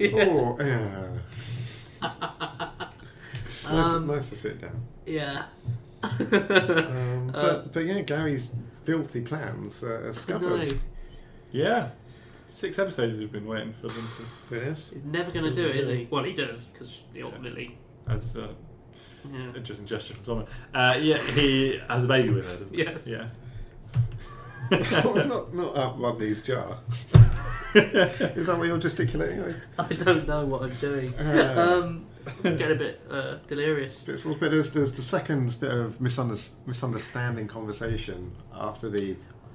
S1: yeah. nice,
S3: Um,
S1: nice to sit down.
S3: yeah.
S1: Um, but,
S3: uh,
S1: but yeah, Gary's filthy plans uh, are
S3: no,
S1: scuppered.
S2: yeah. Six episodes we've been waiting for them to,
S1: Yes.
S3: he's never gonna
S2: So
S3: do it, is
S2: we do.
S3: he? Well, he does because ultimately,
S2: as an
S3: yeah.
S2: interesting gesture from someone. Uh, yeah, he has a baby with her, doesn't
S3: Yes.
S2: he? Yeah.
S1: not, not up Rodney's jar. Is that what you're gesticulating? Like,
S3: I don't know what I'm doing.
S1: Uh.
S3: um, I'm getting a bit uh, delirious.
S1: It's also, there's, there's the second bit of misunder- misunderstanding conversation after the.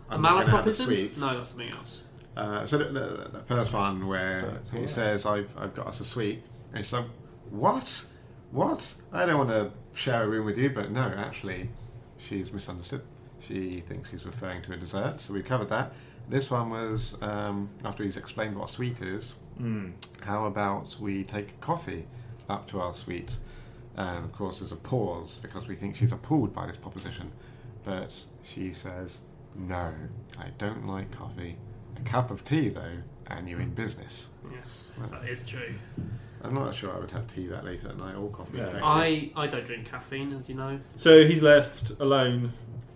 S3: A
S1: I'm not gonna have a
S3: malapropism?
S1: sweet.
S3: No, that's something else.
S1: Uh, so the, the, the first one where
S2: That's
S1: he
S2: all right.
S1: says, I've, "I've got us a suite," and it's like, "What? What? I don't want to share a room with you." But no, actually, she's misunderstood. She thinks he's referring to a dessert. So we covered that. This one was um, after he's explained what a suite is.
S2: Mm.
S1: How about we take coffee up to our suite? And of course, there's a pause because we think she's appalled by this proposition. But she says, No, I don't like coffee. A cup of tea, though, and you're
S4: Hmm.
S1: in business.
S3: Yes,
S1: Right.
S3: that is true.
S1: I'm not sure I would have tea that late at night or coffee.
S2: Yeah.
S1: frankly.
S3: I, I don't drink caffeine, as you know.
S2: So he's left alone.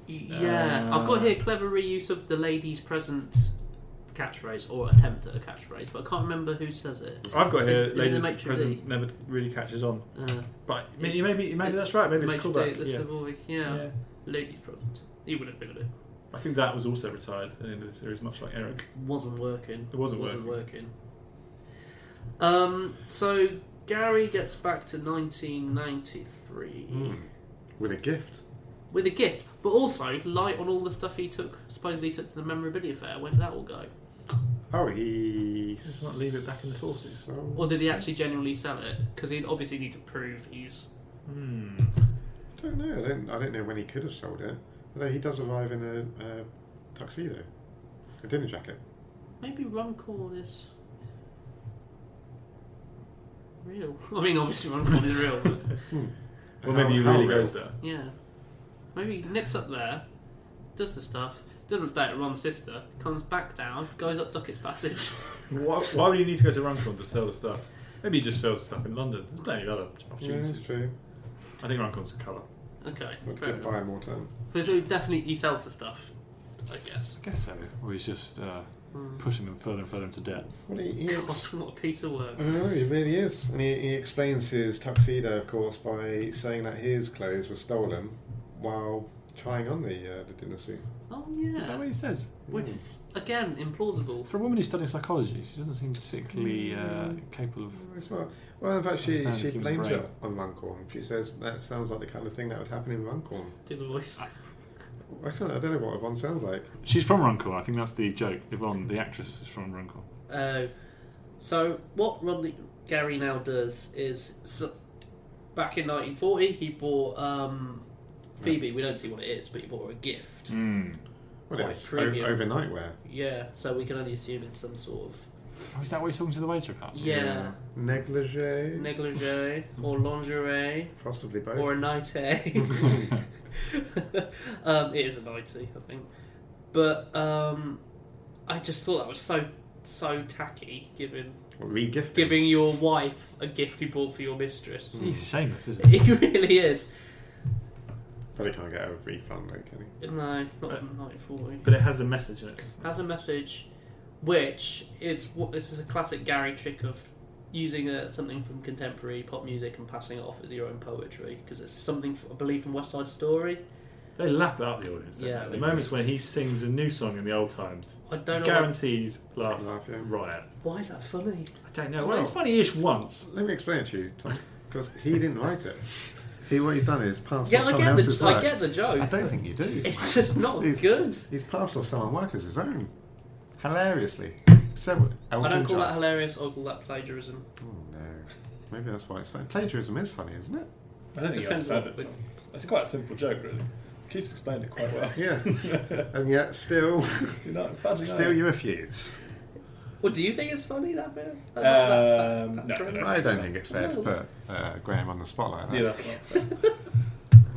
S3: Y- Yeah,
S2: Uh.
S3: I've got here clever reuse of the ladies present catchphrase or attempt at a catchphrase, but I can't remember who says it.
S2: I've got
S3: Is-
S2: here.
S3: is it the
S2: ladies
S3: maitre d'?
S2: present never really catches on,
S3: Uh,
S2: but maybe maybe, maybe that's right. Maybe it's
S3: maitre
S2: callback.
S3: d' at the
S2: yeah.
S3: Savoy, yeah.
S2: Yeah.
S3: ladies present. You would have figured it.
S4: I think that was also retired at the end of the series, much like Eric.
S3: Wasn't working.
S4: It wasn't
S3: working. Um, so Gary gets back to 1993
S4: Hmm.
S1: With a gift.
S3: with a gift, but also light on all the stuff he took. Supposedly took to the memorabilia fair. Where did that all go?
S1: Oh, he.
S4: Let's not leave it back in the forces.
S1: So,
S3: Or did he actually genuinely sell it? Because he'd obviously need to prove he's.
S4: Hmm.
S1: I don't know. I don't. I don't know when he could have sold it. Although he does arrive in a, a tuxedo, a dinner jacket.
S3: Maybe Runcorn is. Real. I mean, obviously Runcorn is real, but
S4: Well, maybe he
S1: How- how
S4: really
S1: real?
S4: goes there.
S3: yeah. Maybe he nips up there, does the stuff, doesn't stay at Ron's sister, comes back down, goes up Duckett's Passage.
S4: Why, why would you need to go to Runcorn to sell the stuff? Maybe he just sells stuff in London. There's plenty of other
S1: Yeah,
S4: opportunities.
S1: so
S4: I think Runcorn's a colour.
S3: Okay.
S1: we'll
S3: fair
S1: get
S3: enough.
S1: buy more time.
S3: But so definitely he sells the stuff, I guess.
S2: I guess so. Or he's just uh,
S3: Mm.
S2: pushing them further and further into debt.
S1: Well, he, he
S3: God, what a piece of work.
S1: I know, he really is. And he, he explains his tuxedo, of course, by saying that his clothes were stolen while trying on the, uh, the dinner suit. Hmm.
S3: Oh
S2: Is that
S3: yeah.
S2: what he says?
S3: Which is again implausible.
S2: For a woman who's studying psychology, she doesn't seem particularly uh, capable of.
S1: Very smart. Well, in fact, she,
S2: Understand
S1: she
S2: the human
S1: blames
S2: brain.
S1: it on Runcorn. She says that sounds like the kind of thing that would happen in Runcorn.
S3: Do the voice.
S1: I, can't, I don't know what Yvonne sounds like.
S2: She's from Runcorn. I think that's the joke. Yvonne, the actress, is from Runcorn.
S3: Uh, so what Rodney Gary now does is so back in 1940 he bought um, Phoebe. We don't see what it is, but he bought her a gift.
S4: Hmm.
S1: Well,
S3: Quite
S1: it's o-
S3: premium.
S1: overnight wear.
S3: Yeah, so we can only assume it's some sort of
S2: Oh, is that what he's talking to the waiter about?
S3: yeah,
S1: Negligee.
S3: negligee or lingerie
S1: possibly both.
S3: or a nightie. um, it is a nightie, I think. But um, I just thought that was so so tacky, given
S1: Or regifting.
S3: giving your wife a gift you bought for your mistress.
S2: He's
S4: Hmm.
S2: shameless, isn't he?
S3: It really is.
S1: But they can't get a refund, though, can
S3: No, not from 1940.
S4: But it has a message in it. doesn't it?
S3: Has a message, which is what this is a classic Gary trick of using uh something from contemporary pop music and passing it off as your own poetry because it's something f- I believe from West Side Story.
S4: They lap it up the audience.
S3: Yeah,
S4: Yeah.
S3: they
S4: The moments when he sings a new song in the old times,
S3: I don't know why,
S4: guaranteed laugh,
S1: Laugh, yeah.
S4: riot.
S3: why is that funny.
S4: I don't know.
S1: Well-
S4: Well, it's funny-ish once.
S1: you? Let me explain it to you, Tom. Because he didn't write it. He, what he's done is passed
S3: Yeah,
S1: on
S3: I
S1: someone
S3: get
S1: else's
S3: the
S1: work.
S3: I get the
S1: I
S3: joke.
S1: don't think you do.
S3: It's just not
S1: It's-
S3: good.
S1: He's passed off someone work as his own. Hilariously. So,
S3: I
S1: Elton
S3: don't call that
S1: John.
S3: hilarious. I call that plagiarism.
S1: Oh, no. Maybe that's why it's funny. Plagiarism is funny, isn't it?
S4: I don't
S3: think you Depends understand on- it,
S4: It's quite a simple joke, really. Keith's explained it quite well.
S1: Yeah. and yet, still,
S4: You're not badly
S1: still you refuse.
S3: Well, do you think it's funny that bit? That- that-
S1: Uh,
S3: that-
S4: Um,
S3: that's
S4: no,
S3: right.
S4: no,
S1: I don't think it's fair to put uh, Graham on the spotlight.
S4: Yeah,
S1: Like that.
S4: that's not fair.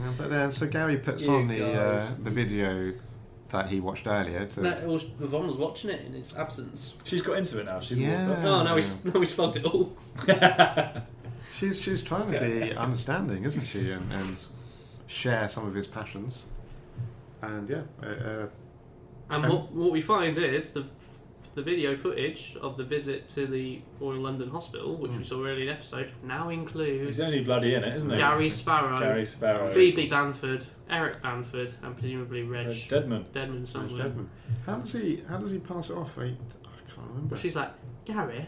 S1: Uh, but then, so Gary puts
S3: You
S1: on the uh,
S3: guys.
S1: the video that he watched earlier. To,
S3: No, it was, Yvonne was watching it in its absence.
S4: She's got into it now. She's
S1: Yeah.
S4: yeah.
S3: Oh, now we, s- now we spogged it all.
S1: She's she's trying to be understanding, isn't she, and, and share some of his passions. And yeah, uh, uh,
S3: And
S1: Um,
S3: what, what we find is the the video footage of the visit to the Royal London Hospital,
S4: Hmm.
S3: which we saw earlier in the episode, now includes
S4: He's only bloody in it, isn't he?
S3: Gary Sparrow,
S4: Gary Sparrow.
S3: Phoebe Banford, Eric Banford, and presumably Reg
S4: Reg Deadman.
S3: Deadman
S1: Bruce
S3: somewhere.
S1: Deadman. How does he how does he pass it off? I, I can't remember.
S3: She's like, Gary?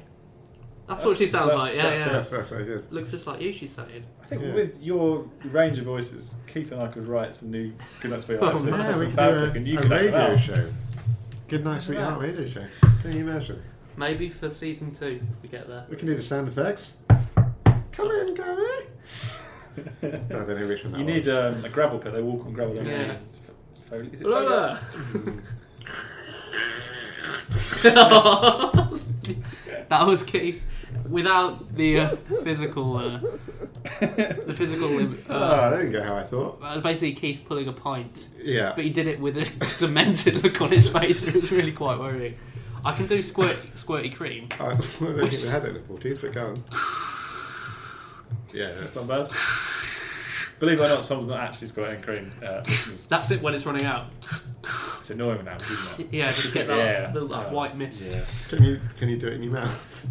S3: That's,
S4: That's-
S3: what she sounds
S4: that's-
S3: like, yeah,
S4: that's
S3: yeah.
S1: That's that's so good.
S3: Looks just like you, she's saying.
S4: I think
S1: Yeah.
S4: with your range of voices, Keith and I could write some new Good Night Sweet
S3: Oh,
S4: Home.
S3: man,
S4: That's
S1: we
S4: some
S1: could
S4: fanfic,
S1: do
S4: and
S1: a,
S4: you
S1: a
S4: could act it
S1: radio
S4: out.
S1: show. Good night, sweetheart radio show. Can you imagine?
S3: Maybe for season two, if we get there.
S1: We can do the sound effects. Come in, Gary. I don't know which one that
S4: You need
S1: was.
S4: um, a gravel pit. They walk on gravel. don't they?
S3: Yeah.
S4: F- Foley, is it
S3: Blah,
S4: Foley
S3: blah.
S1: uh,
S4: artist?
S3: that was Keith without the uh, physical, uh, the physical. lim-
S1: Ah,
S3: Uh,
S1: there you go. How I thought.
S3: uh, basically, Keith pulling a pint,
S1: Yeah.
S3: but he did it with a demented look on his face. It was really quite worrying. I can do squirt, squirty cream.
S1: I I don't think they had it in the 40s, but go on. Yeah,
S4: That's not bad. Believe it or not, Tom's not actually squirting cream. Uh, listeners.
S3: That's it when it's running out.
S4: it's annoying now, isn't it?
S3: Yeah, just get
S4: Yeah,
S3: that little
S4: yeah.
S3: like, white mist.
S4: Yeah.
S1: Can you can you do it in your mouth?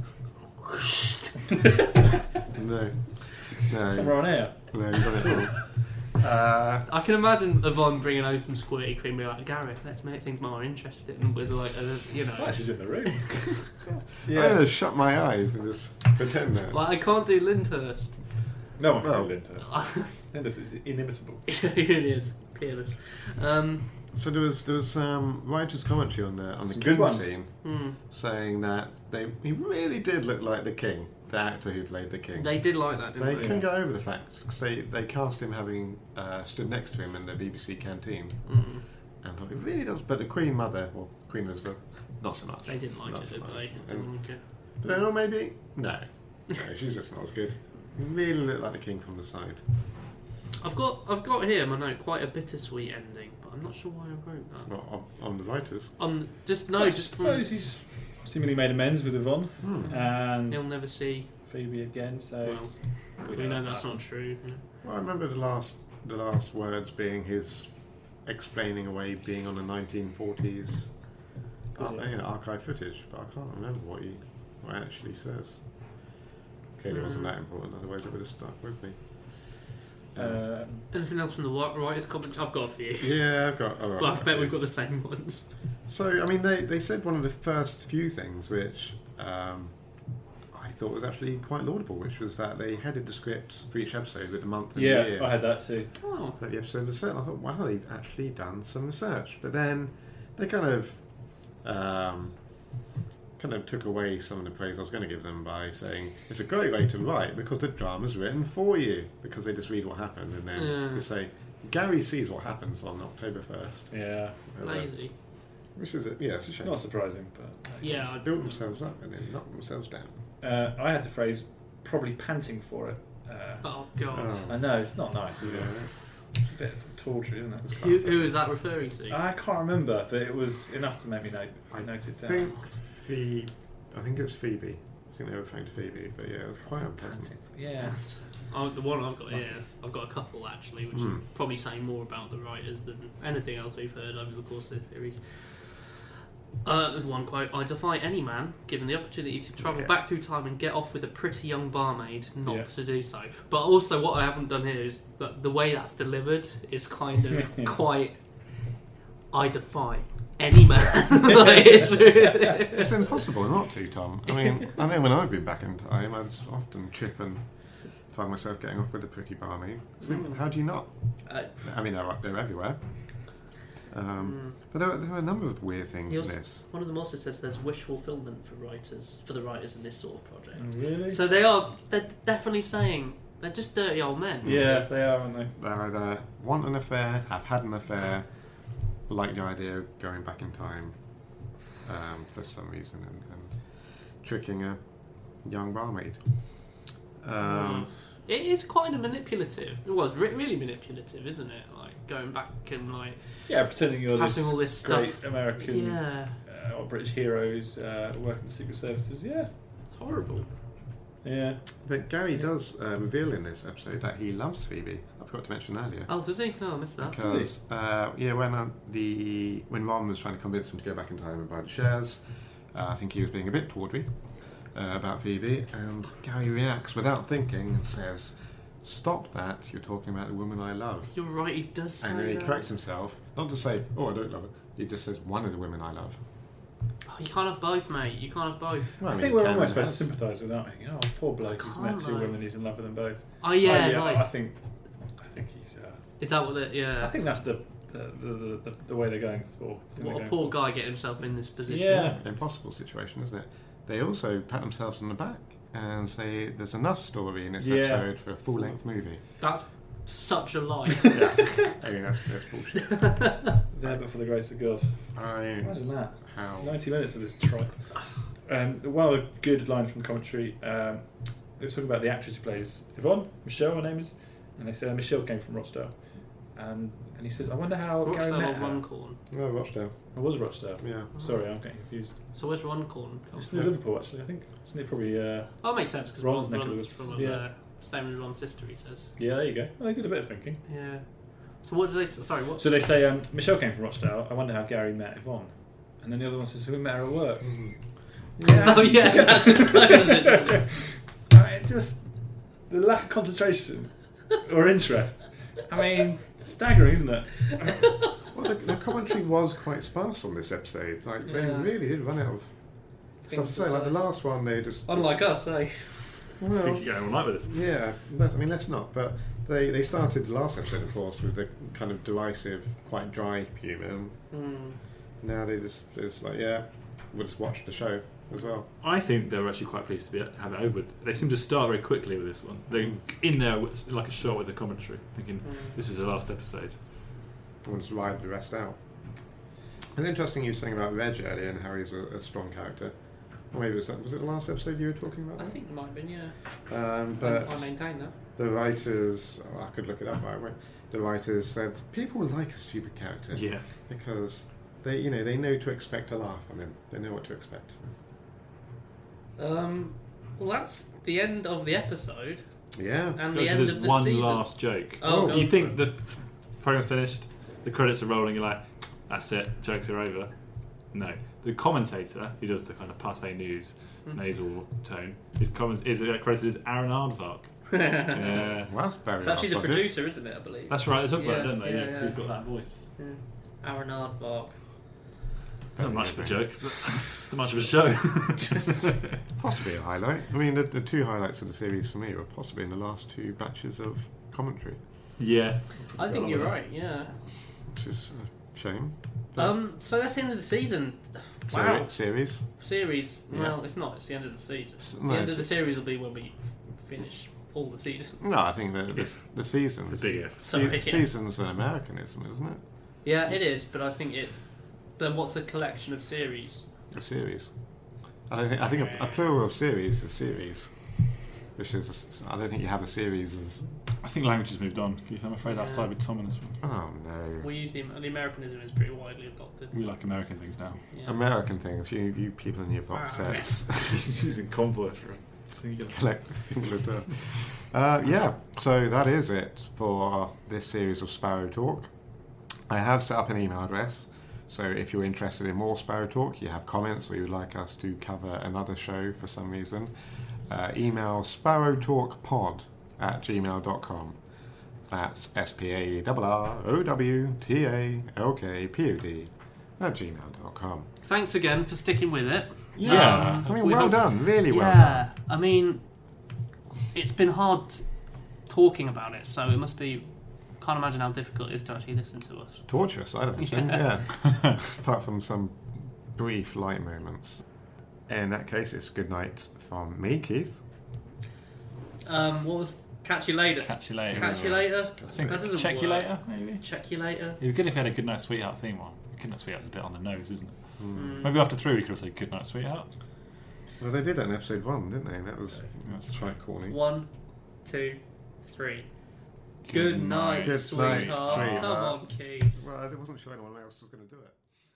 S1: no, no,
S4: We're on air.
S1: no. You got it wrong. Uh,
S3: I can imagine Yvonne bringing over some squirty cream and be like, Gareth, let's make things more interesting with like, a, you know.
S2: She's in the room.
S1: yeah.
S4: Oh,
S1: I'm gonna shut my eyes and just pretend that.
S3: Like, I can't do Lyndhurst.
S2: No one
S1: Well.
S2: can do Lindhurst. Lindhurst is inimitable.
S3: it is peerless. Um,
S1: So there was there was some writer's commentary on the on the
S2: Some good
S1: king
S2: ones.
S1: scene,
S3: hmm.
S1: saying that they he really did look like the king, the actor who played the king.
S3: They did like that, didn't
S1: They
S3: they?
S1: couldn't get over the fact 'cause they they cast him having uh, stood next to him in the BBC canteen,
S3: Mm.
S1: and thought it really does. But the Queen Mother, well Queen Elizabeth, not so much.
S3: They didn't like
S1: Not
S3: it,
S1: so
S3: did
S1: much.
S3: they? They
S1: And-
S3: didn't like it.
S1: But then, oh, maybe no, no, she's just not as good. He Really looked like the king from the side.
S3: I've got, I've got here, my note, quite a bittersweet ending, but I'm not sure why I wrote that.
S1: Not on, on the writers.
S3: On just no,
S2: I
S3: just from
S2: suppose he's seemingly made amends with Yvonne
S3: he'll
S2: and
S3: never see.
S2: Phoebe again, so
S3: Well, we know that's not true. yeah.
S1: Well, I remember the last the last words being his explaining away being on the 1940s ar-
S2: Video.
S1: you know, archive footage, but I can't remember what he what it actually says. Clearly, it wasn't
S3: Mm.
S1: that important. Otherwise, it would have stuck with me.
S2: Uh,
S3: Anything else from the wa- writers' comment? I've got a few.
S1: Yeah, I've got. oh, all right,
S3: Well, I bet
S1: okay.
S3: we've got the same ones.
S1: So, I mean, they, they said one of the first few things which um, I thought was actually quite laudable, which was that they headed the script for each episode with the month and
S2: yeah,
S1: the year.
S2: I had that too.
S3: Oh,
S1: that the episode was set. And I thought, wow, they've actually done some research. But then they kind of um, kind of took away some of the praise I was going to give them by saying it's a great way to write because the drama's written for you because they just read what happened and then
S3: Yeah.
S1: they say Gary sees what happens on October first,
S2: Yeah,
S3: lazy.
S1: which is a, yeah, it's a shame.
S2: not surprising, but
S3: Yeah, I
S1: They built themselves up and then knocked themselves down.
S2: Uh, I had the phrase probably panting for it. Uh,
S3: Oh God.
S1: Oh.
S2: I know it's not nice, is it?
S1: Yeah.
S2: It's a bit sort of torture, isn't it?
S3: Who, who is that referring to?
S2: I can't remember, but it was enough to make me note.
S1: I
S2: I noted that.
S1: think Phoebe. I think it's Phoebe. I think they were playing Phoebe, but yeah, it was quite unpleasant.
S2: Panting for- yeah.
S3: Oh, the one I've got here, I've got a couple actually, which
S1: Hmm.
S3: probably say more about the writers than anything else we've heard over the course of this series. Uh, there's one quote I defy any man, given the opportunity to travel
S2: Yeah.
S3: back through time and get off with a pretty young barmaid, not
S2: Yeah.
S3: to do so. But also, what I haven't done here is that the way that's delivered is kind of quite. I defy any man. Like, it's really-
S1: It's impossible not to, Tom. I mean, I know when I've been back in time, I'd often chip and find myself getting off with a pretty barmaid. So
S3: Mm.
S1: How do you not?
S3: Uh,
S1: I mean, they're, they're everywhere. Um,
S3: mm.
S1: But there were, there were a number of weird things
S3: Yes.
S1: in this.
S3: One of them also says there's wish fulfillment for writers for the writers in this sort of project.
S2: Oh, Really?
S3: So they are they're definitely saying they're just dirty old men.
S2: yeah, they are, aren't they?
S1: They're either want an affair, have had an affair, like the idea of going back in time um, for some reason, and, and tricking a young barmaid. Um,
S3: It is kind of manipulative. It was re- really manipulative, isn't it? Like going back and like
S2: Yeah, pretending you're
S3: passing all
S2: this
S3: this stuff.
S2: great American
S3: Yeah,
S2: uh, or British heroes uh, working the secret services. Yeah,
S3: it's horrible.
S2: yeah.
S1: But Gary does uh, reveal in this episode that he loves Phoebe. I forgot to mention earlier.
S3: Oh, does he? No, I
S1: Ah,
S3: missed that.
S1: Because uh, yeah, when uh, the when Ron was trying to convince him to go back in time and buy the shares, uh, I think he was being a bit tawdry uh, about Phoebe, and Gary reacts without thinking and says, "Stop that! You're talking about the woman I love."
S3: You're right. He does say
S1: And then he
S3: that.
S1: corrects himself, not to say, "Oh, I don't love her." He just says, "One of the women I love."
S3: Oh, you can't have both, mate. You can't have both.
S1: Well,
S2: I,
S1: mean,
S2: think
S1: he
S2: we're
S1: can
S2: almost
S1: and
S2: supposed to sympathise with, aren't we? Oh, poor bloke. He's met
S3: Can't,
S2: two
S3: like-
S2: women. He's in love with them both.
S3: Oh yeah,
S2: I, uh,
S3: like
S2: I think, I think he's. Uh,
S3: is that what? The, yeah.
S2: I think that's the the, the, the, the way they're going for. thing
S3: what
S2: they're
S3: a
S2: going
S3: poor
S2: for.
S3: guy getting himself in this position.
S2: Yeah.
S1: have- impossible situation, isn't it? They also pat themselves on the back and say, "There's enough story in this
S2: Yeah.
S1: episode for a full-length movie."
S3: That's such a lie.
S1: I mean, that's, that's bullshit.
S2: There but for the grace of God.
S1: I
S2: Imagine that.
S1: how
S2: 90 minutes of this tripe. Um, one other good line from the commentary. Um, they were talking about the actress who plays Yvonne, Michelle, her name is, and they said Michelle came from Rochdale. And, and he says, I wonder how
S3: Rochdale
S2: Gary
S3: or
S2: met her.
S3: Runcorn.
S1: no Rochdale.
S2: It was Rochdale.
S1: Yeah,
S2: Sorry, I'm getting confused.
S3: So where's Runcorn? come
S2: It's near
S1: Yeah.
S2: Liverpool, actually, I think. Isn't it probably. Uh,
S3: Oh, it makes sense because Ron's,
S2: Ron's neck of the
S3: Ron's
S2: woods.
S3: from up
S2: Yeah.
S3: there. Same with Ron's sister, he says.
S2: yeah, there you go.
S4: Oh,
S2: Well, they did a bit of thinking.
S3: Yeah. So what did they? s- Sorry, what?
S2: So they say, um, Michelle came from Rochdale. I wonder how Gary met Yvonne. And then the other one says, We met her at work.
S3: oh yeah, that just closes it. doesn't it?
S2: I mean, just the lack of concentration or interest
S4: I mean, staggering, isn't it?
S1: Well, the, the commentary was quite sparse on this episode. Like they
S3: Yeah.
S1: really did run out of stuff to
S3: Things to
S1: say. Like the
S3: say.
S1: last one, they just just-
S3: Unlike us, eh?
S4: I
S1: well,
S4: think you're going all night with this.
S1: yeah. That's, I mean, let's not. But they they started the last episode, of course, with the kind of derisive, quite dry humour. And
S3: Mm.
S1: now they just it's like, yeah, we'll just watch the show as well.
S4: I think they were actually quite pleased to be, have it over with. They seem to start very quickly with this one. They're in there with- like a shot with the commentary, thinking,
S3: Mm.
S4: this is the last episode.
S1: and just ride the rest out. And interesting, you were saying about Reg earlier and how he's a, a strong character. Or maybe it was that was it the last episode you were talking about?
S3: I
S1: that?
S3: think it might have been, yeah.
S1: Um,
S3: I-
S1: but
S3: I maintain that.
S1: the writers, oh, I could look it up by the way. The writers said people like a stupid character
S4: Yeah.
S1: because they, you know, they know to expect a laugh on him. They know what to expect.
S3: Um, well, that's the end of the episode
S1: Yeah.
S3: and
S4: So
S3: the end
S4: there's
S3: of the
S4: one
S3: season.
S4: last joke.
S3: Oh,
S1: Oh.
S4: You think the program's finished, the credits are rolling, you're like, that's it, jokes are over. No. The commentator, who does the kind of parfait news
S3: Hmm.
S4: nasal tone, is, comment- is credited as Aaron Aardvark. yeah.
S1: Well, that's very
S3: It's actually the
S1: last one.
S3: producer, isn't it? I believe.
S4: That's right, they talk about it,
S3: Yeah,
S4: don't they? Yeah,
S3: yeah,
S4: because
S3: yeah.
S4: he's got that voice.
S3: Yeah. Aaron Aardvark.
S4: Not much of a joke, but not much of a show.
S1: Possibly a highlight. I mean, the, the two highlights of the series for me were possibly in the last two batches of commentary,
S4: yeah.
S3: I think you're right. Yeah.
S1: which is a shame. Yeah.
S3: Um. So that's the end of the season.
S1: So
S3: Wow.
S1: it's series.
S3: Series.
S1: Yeah.
S3: Well, it's not. It's the end of the season.
S1: S-
S3: The
S1: no,
S3: end
S1: it's-
S3: of the series will be when we finish all the season.
S1: No, I think the the,
S4: If.
S1: the seasons.
S4: It's a big if.
S1: se-
S3: Sorry. yeah.
S1: Seasons an Americanism, isn't it?
S3: Yeah, it is. But I think it. Then what's a collection of series?
S1: A series. I don't think. I think a, a plural of series is series, which is. a s- I don't think you have a series as.
S2: I think language has moved on, Keith. I'm afraid
S3: Yeah.
S2: I've sided with Tom on this one.
S1: Oh no.
S3: We use the the Americanism is pretty widely adopted.
S2: We like American things now.
S3: Yeah.
S1: American things. You you people in your box
S3: Ah.
S1: sets
S4: She's in convoy for a singular.
S1: collect a singular term. Uh, yeah. So that is it for this series of Sparrow Talk. I have set up an email address. So if you're interested in more Sparrow Talk, you have comments or you'd like us to cover another show for some reason, uh, email sparrowtalkpod at gmail.com. That's S P A R R O W T A L K P O D at gmail.com.
S3: Thanks again for sticking with it.
S2: Yeah.
S1: I mean,
S3: we
S1: well
S3: hope-
S1: done. Really well done.
S3: yeah, I mean, it's been hard talking about it, so it must be. Can't imagine how difficult it is to actually listen to us.
S1: Torturous, I'd imagine. Yeah. Apart from some brief light moments. In that case, it's good night from me, Keith.
S3: Um, what was catch you later?
S2: Catch you later.
S3: Catch you later.
S2: I
S3: That doesn't
S2: think check you
S3: work.
S2: later, maybe.
S3: Check you later.
S2: It'd be good if we had a Good Night Sweetheart theme one. Good Night Sweetheart's a bit on the nose, isn't it?
S1: Hmm.
S3: Mm.
S2: Maybe after three we could all say Good Night Sweetheart.
S1: Well, they did that in episode one, didn't they? That was
S2: That's
S1: quite corny.
S3: One, two, three. Good, night,
S1: night,
S3: sweetheart.
S1: sweetheart.
S3: Come on, Keith.
S1: Well, I wasn't sure anyone else was going to do it.